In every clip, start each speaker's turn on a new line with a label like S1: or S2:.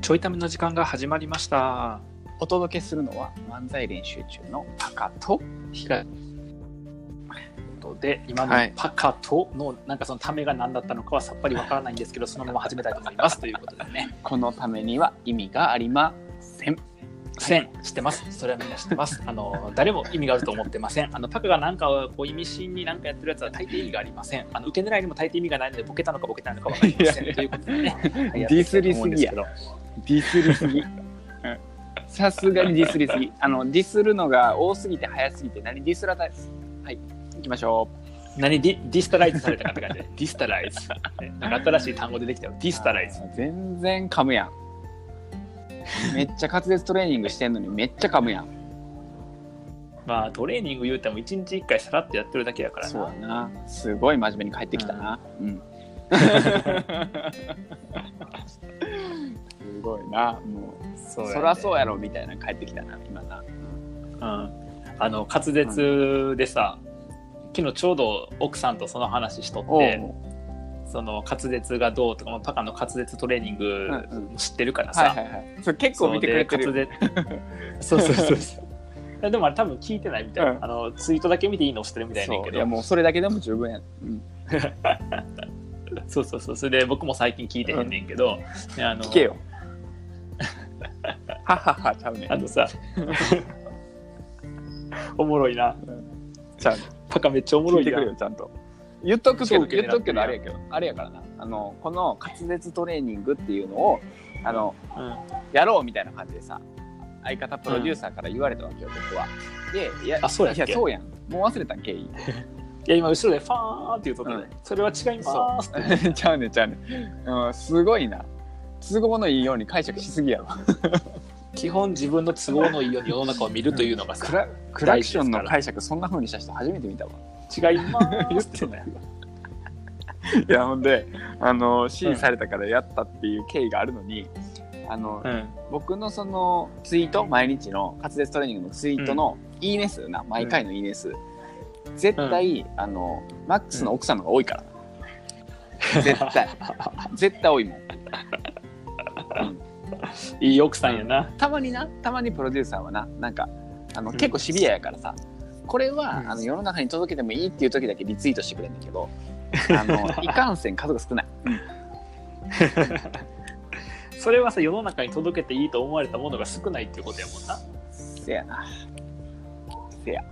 S1: ちょいための時間が始まりました。
S2: お届けするのは漫才練習中のパカと
S1: ということで、今の
S2: はい
S1: パカとの、なんかそのためが何だったのかはさっぱりわからないんですけど、そのまま始めたいと思います。ということでね。
S2: このためには意味がありません
S1: せん、知ってます。それはみんな知ってます。あの、誰も意味があると思ってません。あの、パカがなんかをこう意味深になんかやってるやつは大抵意味がありません。あの、受け狙いにも大抵意味がないので、ボケたのかボケたのかわかりません。
S2: いや いや
S1: ということでね。はい
S2: ディスりすぎや
S1: やっていきたいと思うんですけど
S2: ディスりすぎうんさすがにディスりすぎあのディスるのが多すぎて早すぎて何ディスらたいはい行きましょ
S1: 何ディディスタライズされたかって感じでディスタライズねなんか新しい単語出てきたよデ
S2: う
S1: ィスタライズ
S2: あー全然噛むやんめっちゃ滑舌トレーニングしてんのにめっちゃ噛むやん
S1: まあトレーニング言うても1日1回さらっとやってるだけやから
S2: そう
S1: な
S2: やなすごい真面目に帰ってきたなうん すごいなもう
S1: そ
S2: そりゃそうやろみたいなの帰ってきたな今な
S1: うん、あの滑舌でさ、昨日ちょうど奥さんとその話しとっ
S2: おう
S1: てその滑舌がどうとかまあパカの滑舌トレーニング
S2: うん
S1: 知ってるからさ、
S2: はいはいはいそれ結構見てくれてる
S1: そうで滑 舌そうそうそうそういやでもあれ多分聞いてないみたいな、
S2: うん
S1: あのツイートだけ見ていいの押してるみたいなんやけ
S2: そう
S1: ど
S2: いやもうそれだけでも十分や、うん、
S1: そうそうそうそれで僕も最近聞いてへんねんけど、ねあの
S2: 聞 けよはははちゃうね
S1: あと さおもろいな
S2: ちゃう
S1: パカめっちゃおも
S2: 聞
S1: ろ
S2: い
S1: い
S2: てく
S1: や
S2: れ
S1: ん
S2: よちゃんと言っとくけど
S1: そう
S2: 言っとくけどあれやけどあれやからなあのこの滑舌トレーニングっていうのをあの
S1: うん
S2: やろうみたいな感じでさ相方プロデューサーから言われたわけよ、僕はでいや
S1: あそうやっ
S2: い
S1: け
S2: やそうやんもう忘れたん経緯
S1: いや今後ろでファーンって言うとったね、
S2: う
S1: それは違いますって
S2: ちゃうねちゃうね、うん、すごいな都合のいいように解釈しすぎやろ
S1: 基本自分の都合のいいように世の中を見るというのが
S2: ク
S1: さ
S2: ラクラクションの解釈そんな風にした人初めて見たわ
S1: 違いますって言うのよ
S2: いやほんであの支
S1: 援さ
S2: れたからやったっていう経緯があるのに、あの
S1: うん
S2: 僕のそのツイート毎日の滑舌トレーニングのツイートのいいね数な毎回のいいね数、絶対、あのマックスの奥さんの方が多いから、絶 対絶対多いもん
S1: いい奥さんやな
S2: たまになたまにプロデューサーはななんかあの、
S1: うん
S2: 結構シビアやからさこれは、
S1: うん
S2: あの世の中に届けてもいいっていう時だけリツイートしてくれるんだ けどあのいかんせん数が少ない
S1: それはさ世の中に届けていいと思われたものが少ないっていうことやもんな
S2: せやなせや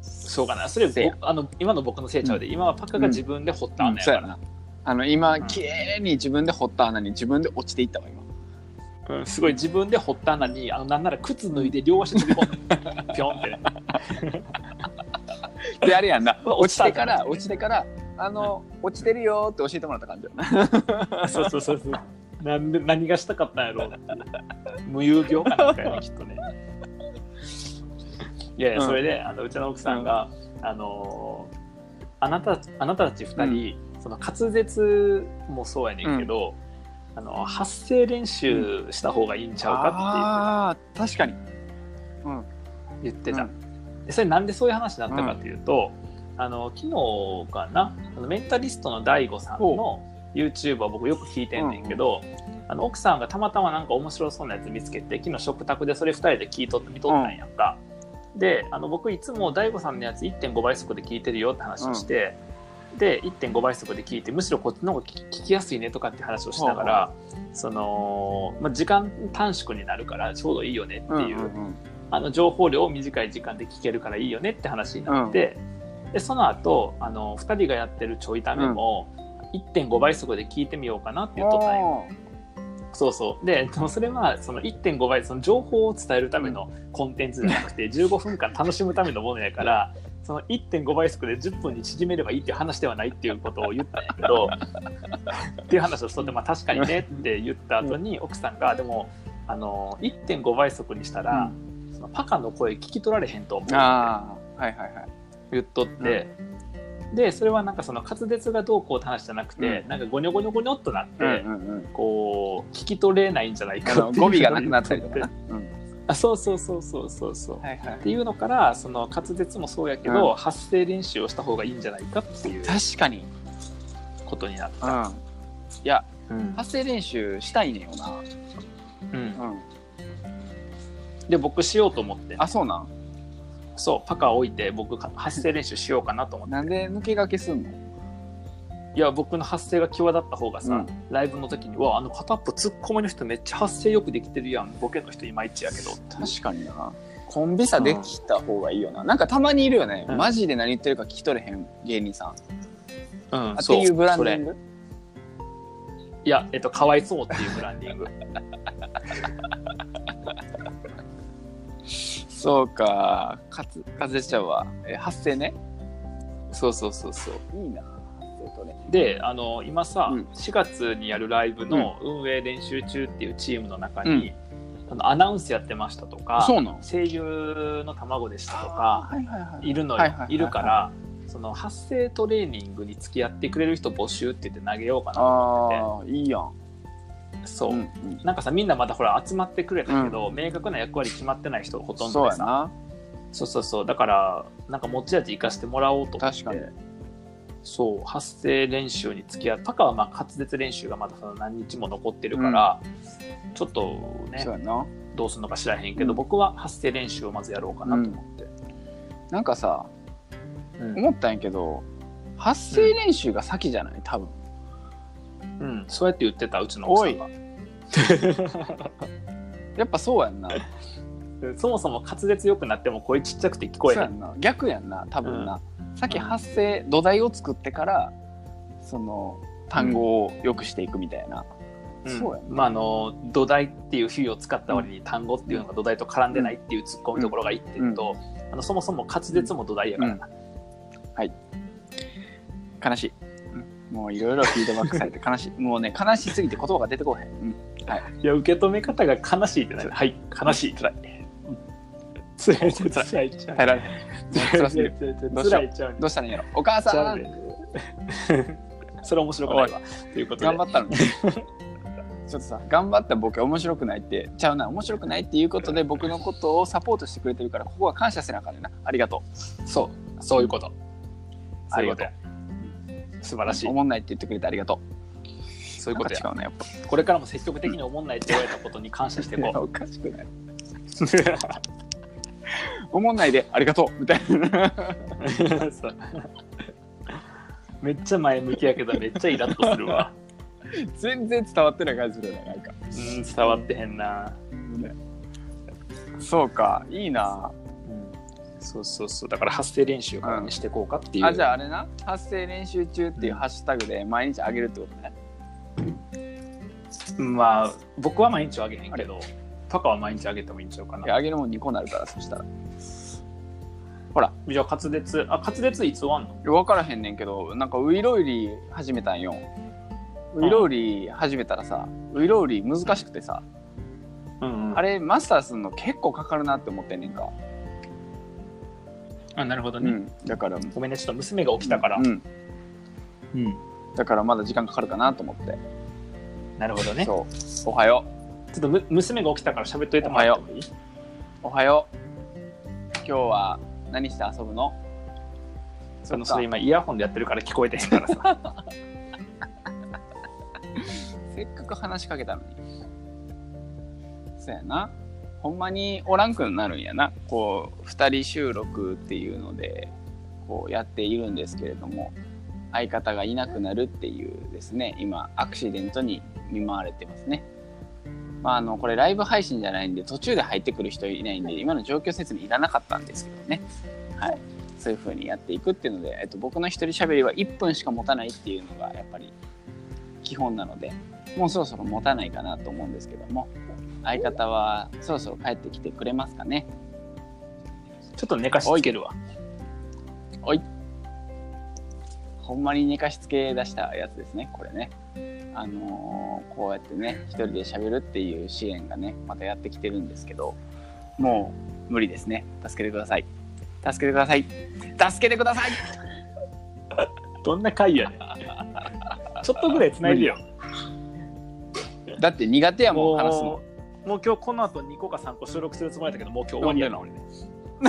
S1: そうかなそれ
S2: せや
S1: 僕あの今の僕のせいちゃうで、今はパカが自分で掘った
S2: うん
S1: 穴や
S2: そ
S1: か
S2: う
S1: ら
S2: や、なあの今、
S1: うん
S2: 綺麗に自分で掘った穴に自分で落ちていったわ今
S1: うん、すごい自分で掘った穴にあのなんなら靴脱いで両足飛び込んでピョンって
S2: であれやんな 落
S1: 落
S2: ち
S1: ち
S2: て
S1: た
S2: か
S1: からら
S2: 落ちてからあの、落ちてるよーって教えてもらった感じやな
S1: そうそうそうそうなんで何がしたかったんやろう無遊病かなんか やねきっとねいやいや
S2: うん
S1: それで、うあのうちの奥さんが、あのーあなたあなたたち2人、その滑舌もそうやねんけど、あの発声練習した方がいいんちゃうか
S2: あー確かにうん
S1: って言ってた、
S2: うん
S1: でそれなんでそういう話になったかっていうと、あの昨日かなあのメンタリストの DAIGO さんの YouTube を僕よく聞いてんねんけど、あの奥さんがたまたまなんか面白そうなやつ見つけて昨日食卓でそれ2人で聞いとって見とったんやんか、であの僕いつも DAIGO さんのやつ1.5倍速で聞いてるよって話をして、で1.5倍速で聞いてむしろこっちの方が聞き聞きやすいねとかって話をしながら、その、まあ、時間短縮になるからちょうどいいよねっていうあの情報量を短い時間で聞けるからいいよねって話になって、でその後あの2人がやってるちょいためも、1.5倍速で聞いてみようかなって言っとったんよ。そうそうででもそれはその1.5倍その情報を伝えるためのコンテンツじゃなくて15分間楽しむためのものやからその1.5倍速で10分に縮めればいいっていう話ではないっていうことを言ったんやけど っていう話をしとって、まあ、確かにねって言った後に奥さんがでもあの1.5倍速にしたら、そのパカの声聞き取られへんと思う
S2: ああはいはいはい
S1: 言っとって、でそれはなんかその滑舌がどうこうって話じゃなくて、
S2: うん
S1: なんかゴニョゴニョゴニョっとなって、
S2: うんうんうん
S1: こう聞き取れないんじゃない
S2: あ
S1: か
S2: の
S1: っていう
S2: 語尾がなくなったりとかな、
S1: あそうそうそうそうそうそう
S2: はいはい
S1: っていうのからその滑舌もそうやけど、
S2: う
S1: 発声練習をした方がいいんじゃないかっていう
S2: 確かに
S1: ことになった、
S2: うんいや
S1: うん
S2: 発声練習したいねんよな。
S1: うん
S2: うん。
S1: で僕しようと思って
S2: あ、そうなん。
S1: そうパカ置いて僕か発声練習しようかなと思って
S2: なんで抜け駆けすんの
S1: いや僕の発声が際立った方がさ、
S2: うん
S1: ライブの時に「うわあの片っぽツッコミの人めっちゃ発声よくできてるやんボケの人いまいちやけど」
S2: 確かにな。コンビ差できた方がいいよな。なんかたまにいるよね。
S1: うん
S2: マジで何言ってるか聞き取れへん芸人さん。
S1: うん
S2: あっ
S1: そ
S2: ていうブラン
S1: そ
S2: デ
S1: れ
S2: ィング
S1: いや、えっと、かわいそうっていうブランディ ング。
S2: そうか。かつ、かつちゃうわ。え、発声ね。
S1: そうそうそうそう。
S2: いいな。発声とね。
S1: で、あの、今さ、
S2: うん
S1: 4月にやるライブの運営練習中っていうチームの中に、あのアナウンスやってましたとか、
S2: そうなん
S1: 声優の卵でしたと
S2: あ
S1: か、
S2: はいはいはい
S1: いるのよ、
S2: はいいはいはいはい
S1: るから、その発声トレーニングに付き合ってくれる人募集って言って投げようかなと思
S2: ああ、いいやん。
S1: ってて、そう。
S2: うんうん
S1: なんかさみんなまだほら集まってくれたけど、明確な役割決まってない人ほとん
S2: そう
S1: どで
S2: や
S1: さ
S2: な。
S1: そうそうそうだからなんか持ち味生かしてもらおうと思って
S2: 確かに。
S1: そう発声練習に付き合うパカはまあ滑舌練習がまだその何日も残ってるから、ちょっとね
S2: そうやな。
S1: どうするのか知らへんけど、
S2: うん
S1: 僕は発声練習をまずやろうかなと思って、
S2: なんかさ、
S1: うん
S2: 思ったんやけど、発声練習が先じゃない多分。
S1: うんそうやって言ってたうちの奥さんが
S2: やっぱそうやんな。
S1: そもそも滑舌良くなっても声ちっちゃくて聞こえへ
S2: そうや
S1: ん
S2: んな逆やんな多分な、先発声土台を作ってからその単語を良くしていくみたいな、
S1: うん
S2: そうやんな
S1: まああの土台っていう比喩を使った割に単語っていうのが土台と絡んでないっていうツッコミところが一点と、あのそもそも滑舌も土台やからな、
S2: 悲しい、もういろいろフィードバックさ れて悲しいもうね悲しすぎて言葉が出てこへん、 うん
S1: いや受け止め方が悲しいってないはい悲しい辛いつらいつらい
S2: 耐えられへん辛すぎる
S1: つらいちゃう
S2: どうしたらいいんやろお母
S1: ち
S2: さ
S1: ゃうんねそれ面白くないわということで
S2: 頑張ったの にちょっとさ頑張ったボケ面白くないってちゃうな面白くないっていうことで僕のことをサポートしてくれてるからここは感謝せなあかんねんなありがとう
S1: そうそういうこと
S2: ありがと
S1: そう
S2: う
S1: いうこと素晴らしい
S2: 思んないって言ってくれてありがと
S1: そう
S2: う
S1: いうこと
S2: な
S1: や
S2: んか違うなやっぱ
S1: これからも積極的に思んないって言われたことに感謝してい
S2: い
S1: こ
S2: や
S1: う
S2: おかしくないおもんないでありがとうみたいな
S1: そうめっちゃ前向きやけどめっちゃイラッとするわ
S2: 全然伝わってない感じするよねなんか
S1: うん伝わってへんな
S2: そうかいいな
S1: そうそうそうだから発声練習からにしていこうかっていう、
S2: あじゃああれな発声練習中っていうハッシュタグで毎日あげるってことね
S1: まあ僕は毎日はあげへんけどパカは毎日あげてもいいんちゃうかない
S2: やあげるもん2個になるからそしたら
S1: じゃあ滑舌あ滑舌いつ終わんの
S2: 分からへんねんけどなんかウイロイリー始めたんよウイロイリー始めたらさウイロイリー難しくてさ
S1: うん、
S2: あれマスターすんの結構かかるなって思ってんねんか
S1: あなるほど
S2: う
S1: ね、
S2: んだから
S1: ごめんねちょっと娘が起きたから、
S2: うん
S1: うん
S2: だからまだ時間かかるかなと思って
S1: なるほどねちょ
S2: そうおはよ
S1: っとむ娘が起きたから喋っといてもらってもいいう
S2: おはよう今日は何して遊ぶの
S1: その
S2: そっか
S1: それ今イヤホンでやってるから聞こえてへんからさ
S2: せっかく話しかけたのに。そうやな。ほんまにおらんくなるんやな。こう、二人収録っていうので、こうやっているんですけれども、相方がいなくなるっていうですね、今、アクシデントに見舞われてますね。まあ、あの、これライブ配信じゃないんで、途中で入ってくる人いないんで、今の状況説明いらなかったんですけどね。はい。そういう風にやっていくっていうので、えっと、僕の一人喋りは1分しか持たないっていうのが、やっぱり基本なので、もうそろそろ持たないかなと思うんですけども相方はそろそろ帰ってきてくれますかね
S1: ちょっと寝かしつけるわ
S2: ほんまに寝かしつけ出したやつですねこれねあのーこうやってね一人で喋るっていう支援がねまたやってきてるんですけどもう無理ですね助けてください助けてください助けてください
S1: どんな回やねんちょっとぐらい繋いでよ
S2: だって苦手やもん話すの
S1: もうもう今日この後2個か3個収録するつもりだけどもう今日終わりやな俺ね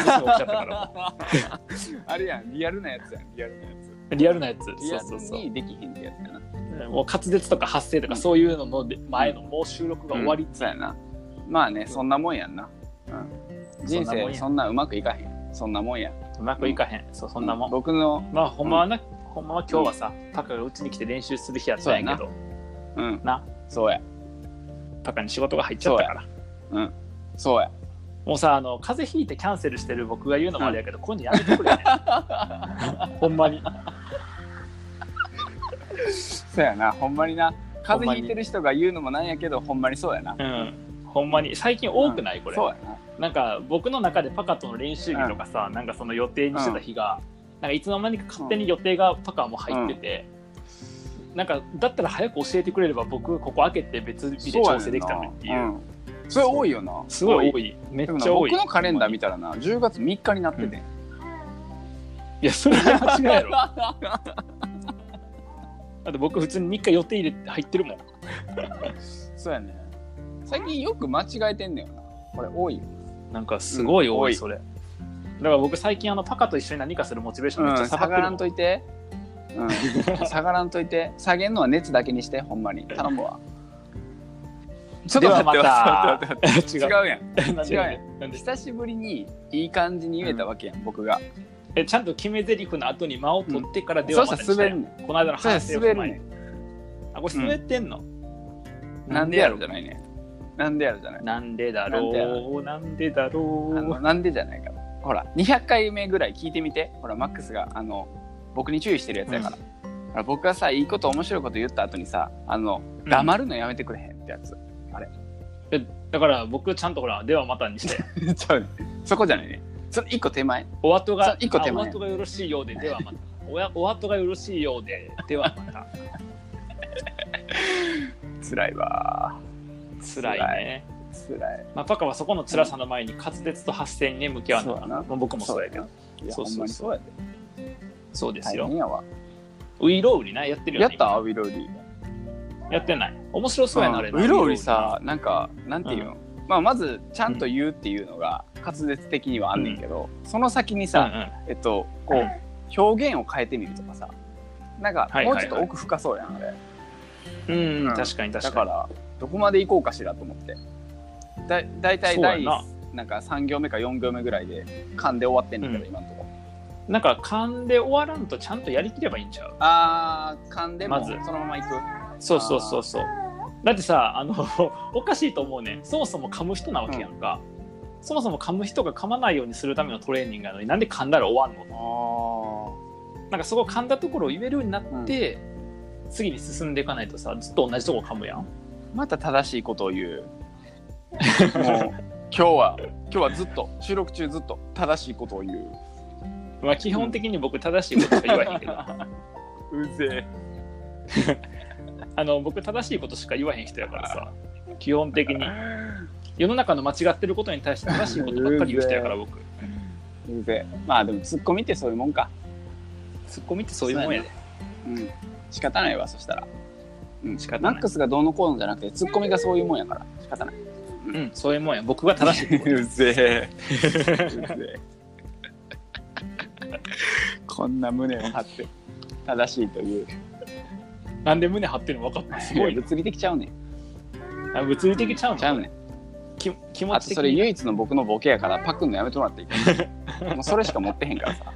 S2: あれやんリアルなやつやんリアルなやつ
S1: リアルなやつ
S2: リア
S1: そうそう
S2: ル
S1: そう
S2: にできひんってやつやな
S1: うもう滑舌とか発声とかそういうのので前のもう収録が終わり、
S2: そうやなまあねそんなもんやんな、うん、人
S1: そんなもん
S2: 生
S1: や
S2: そんなうまくいかへんそんなもんや
S1: うまくいかへん、そうそんなもん、
S2: 僕の
S1: まあほんまはな、ほんまは今日はさパカがうちに来て練習する日やったんやけど
S2: うん
S1: な
S2: そうや
S1: パカに仕事が入っちゃったから
S2: うんそうや
S1: もうさあの風邪ひいてキャンセルしてる僕が言うのもあれやけど、今度やめてくれ、 ね、ほんまに
S2: そうやなほんまにな
S1: ん
S2: 風
S1: まに
S2: 邪ひいてる人が言うのもなんやけどほんまにそうやな、
S1: うんほんまに最近多くない、これ
S2: そうや
S1: な
S2: な
S1: んか僕の中でパカとの練習日とかさ、なんかその予定にしてた日が、なんかいつの間にか勝手に予定がパカも入ってて、なんかだったら早く教えてくれれば僕ここ開けて別日で調整できたのにっていう
S2: そうやねんなうんそれ多いよな
S1: すごい多いめっ
S2: でも
S1: ち
S2: な
S1: ゃ多い
S2: 僕のカレンダー見たらな10月3日になってて、
S1: いやそれは間違いやろだって僕普通に3日予定入れて入ってるもん
S2: そうやね最近よく間違えてんねんよなこれ多いよ
S1: なんかすごい多い、
S2: うん
S1: それだから僕最近あのパカと一緒に何かするモチベーションめっち
S2: う
S1: ゃ
S2: ん
S1: 下
S2: 下
S1: がって
S2: が
S1: るも
S2: ら
S1: ん
S2: んといて、うん、 下がらんといて下げんのは熱だけにしてほんまに頼むわちょっ
S1: で
S2: と
S1: は
S2: 待っ
S1: ま
S2: て
S1: た
S2: 待って待って待って
S1: 違う
S2: 違うやん
S1: 違うなんで
S2: 久しぶりにいい感じに言えたわけやん、僕が
S1: えちゃんと決め台詞の後に間を取ってからで
S2: そ
S1: は
S2: うし
S1: ま
S2: た
S1: た
S2: ら
S1: にした
S2: 滑
S1: やん
S2: るね
S1: この間の
S2: んそ
S1: 反
S2: した
S1: 省を
S2: ら
S1: 踏
S2: 滑る
S1: まえ
S2: ね
S1: てあこれ滑ってんの、
S2: んなんでやろじゃないねなんでやろじゃない
S1: なんでだろうなんでだ
S2: あの
S1: ろ
S2: なんでじゃないからほら200回目ぐらい聞いてみてほらマックスがあの僕に注意してるやつやから,、ほら僕がさいいこと面白いこと言った後にさあの
S1: うん
S2: 黙るのやめてくれへんってやつ、
S1: うだから僕ちゃんとほらではまたにして
S2: ちゃうねそこじゃないねその一個手前
S1: お後が
S2: そう一個手前
S1: あお後がよろしいようでではまたおやお後がよろしいようでではま た
S2: 辛いわ
S1: 辛いね
S2: 辛い
S1: まあ、パカはそこの辛さの前に滑舌と発声にね向き合うの
S2: そ
S1: が、
S2: うやな
S1: まあ、僕もそうやけど
S2: いや
S1: そう
S2: ほん
S1: そ
S2: ま
S1: う
S2: に
S1: そ
S2: そうやで
S1: そうです
S2: 大
S1: よ
S2: 変やわ
S1: ウイロウリなやってる
S2: や
S1: よ
S2: っ
S1: ね
S2: たアビロウリ
S1: 今やってない面白そうやなあれな
S2: ウイロウリさなんかなんていうの、まあ、まずちゃんと言うっていうのが滑舌的にはあんねんけど、その先に
S1: うんう
S2: さ、
S1: ん
S2: えっとこう表現を変えてみるとかさなんか
S1: はいはい
S2: も
S1: はいう
S2: ちょっと奥深そうやんあれ、
S1: うん、
S2: うん
S1: 確かに確かに
S2: だからどこまで行こうかしらと思ってだだいたい
S1: そうや
S2: 第
S1: な
S2: なんか3行目か4行目ぐらいで噛んで終わってんだけど、
S1: うん
S2: 今のとこ
S1: なんか勘で終わらんとちゃんとやりきればいいんちゃう
S2: あー噛んでも
S1: まず
S2: そのまま行く、
S1: そうそうそうそうだってさあの おかしいと思うねんそもそも噛む人なわけやんか、そもそも噛む人が噛まないようにするためのトレーニングなのになんで噛んだら終わんの
S2: あ
S1: なんかそこ噛んだところを言えるようになって、次に進んでいかないとさずっと同じとこ噛むやん
S2: ーまた正しいことを言 うもう今日は今日はずっと収録中ずっと正しいことを言う
S1: まあ基本的に僕正しいことしか言わへ んけど
S2: うぜ
S1: あの僕正しいことしか言わへん人やからさ基本的に世の中の間違ってることに対して正しいことばっかり言う人やから僕
S2: えうぜえまあでもツッコミってそういうもんか
S1: ツッコミってそういうもんやで
S2: うん仕方ないわそしたら、うん、
S1: 仕方ない
S2: マックスがどうのこうのじゃなくてツッコミがそういうもんやから仕方ない
S1: うんそういうもんや僕が正しいって こと
S2: うぜえ。うぜえ。 こんな胸を張って正しいという。
S1: なんで胸張ってるの分かったす
S2: い
S1: ご
S2: や
S1: いな
S2: 物理的ちゃうねん。
S1: あ物理的ちゃうの
S2: ちゃうねん。
S1: き気持
S2: あ
S1: ち
S2: と
S1: 的
S2: それ唯一の僕のボケやからパクんのやめてもらっていい かもうそれしか持ってへんからさ。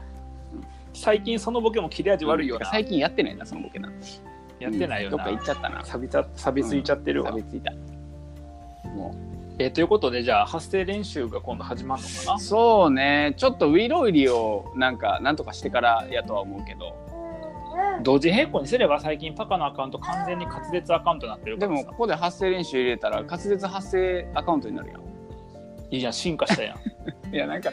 S1: 最近そのボケも切れ味悪いよな、
S2: 最近やってないな、そのボケな。
S1: やってないよ
S2: どっ
S1: な、
S2: か行っちゃったな。
S1: 錆びた錆びついちゃってるわ、
S2: 錆びついた。も
S1: えーということでじゃあ発声練習が今度始まるのか
S2: うそうね、ちょっとウィロイリをなんかなんとかしてからやとは思うけど、
S1: な同時並行にすれば最近パカのアカウント完全に滑舌アカウントになってるか
S2: で
S1: ら
S2: も
S1: さ
S2: ここで発声練習入れたら滑舌発声アカウントになるやん。
S1: いいじゃん進化 したやん
S2: いやなんか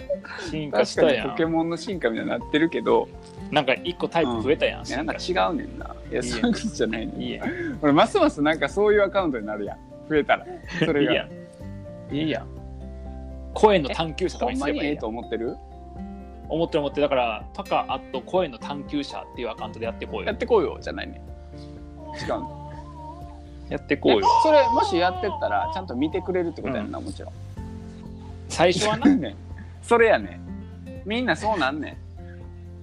S1: 進化し
S2: 確
S1: た
S2: かに
S1: や
S2: ポケ
S1: ん
S2: モンの進化みたいになってるけど、
S1: なんか一個タイプ増えたやん、
S2: いやなんか違うねんな。いや、
S1: いいや
S2: そういうことじゃないねん。
S1: いいや
S2: 俺、ますますなんかそういうアカウントになるやん。増えたら。そ
S1: んい
S2: れ
S1: いや
S2: が。
S1: んいいやん声の探求者と
S2: ほ
S1: か
S2: ん
S1: にす
S2: ま
S1: れ
S2: に
S1: ば
S2: え
S1: いい
S2: え
S1: やん
S2: と思ってる
S1: 思ってる思ってるだからパカアット声の探求者っていうアカウントでやってこう
S2: や
S1: よ
S2: ってこうよ、じゃないねん。違うねん
S1: やってこうよ
S2: それ、もしやってったら、ちゃんと見てくれるってことやんな、もちろん。
S1: 最初はな
S2: ねんそれやねん。みんなそうなんね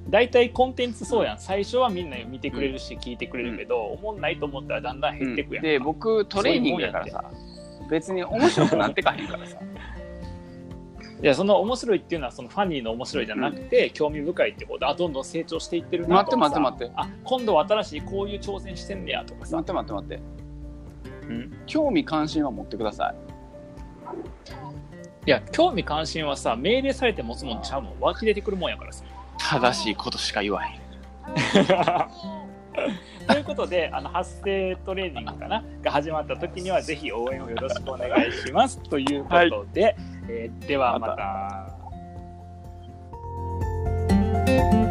S2: ん。
S1: 大体コンテンツそうやん最初はみんな見てくれるし聞いてくれるけど、おもんないと思ったらだんだん減ってくやんか、
S2: で僕トレーニングだからさ別に面白くなってかへんから さ
S1: いやその面白いっていうのはそのファニーの面白いじゃなくて、興味深いってことあどんどん成長していってるな
S2: 待
S1: と
S2: って
S1: か
S2: 待っ
S1: さ
S2: て待って
S1: あ今度は新しいこういう挑戦してんねやとか
S2: 待
S1: さ
S2: っ、て待って待って
S1: うん、
S2: 興味関心は持ってください
S1: いや興味関心はさ命令されて持つもんちゃうもん湧き出てくるもんや からさ。
S2: 正しいことしか言わへん
S1: ということであの発声トレーニングかなが始まった時にはぜひ応援をよろしくお願いしますということで、えーではまた。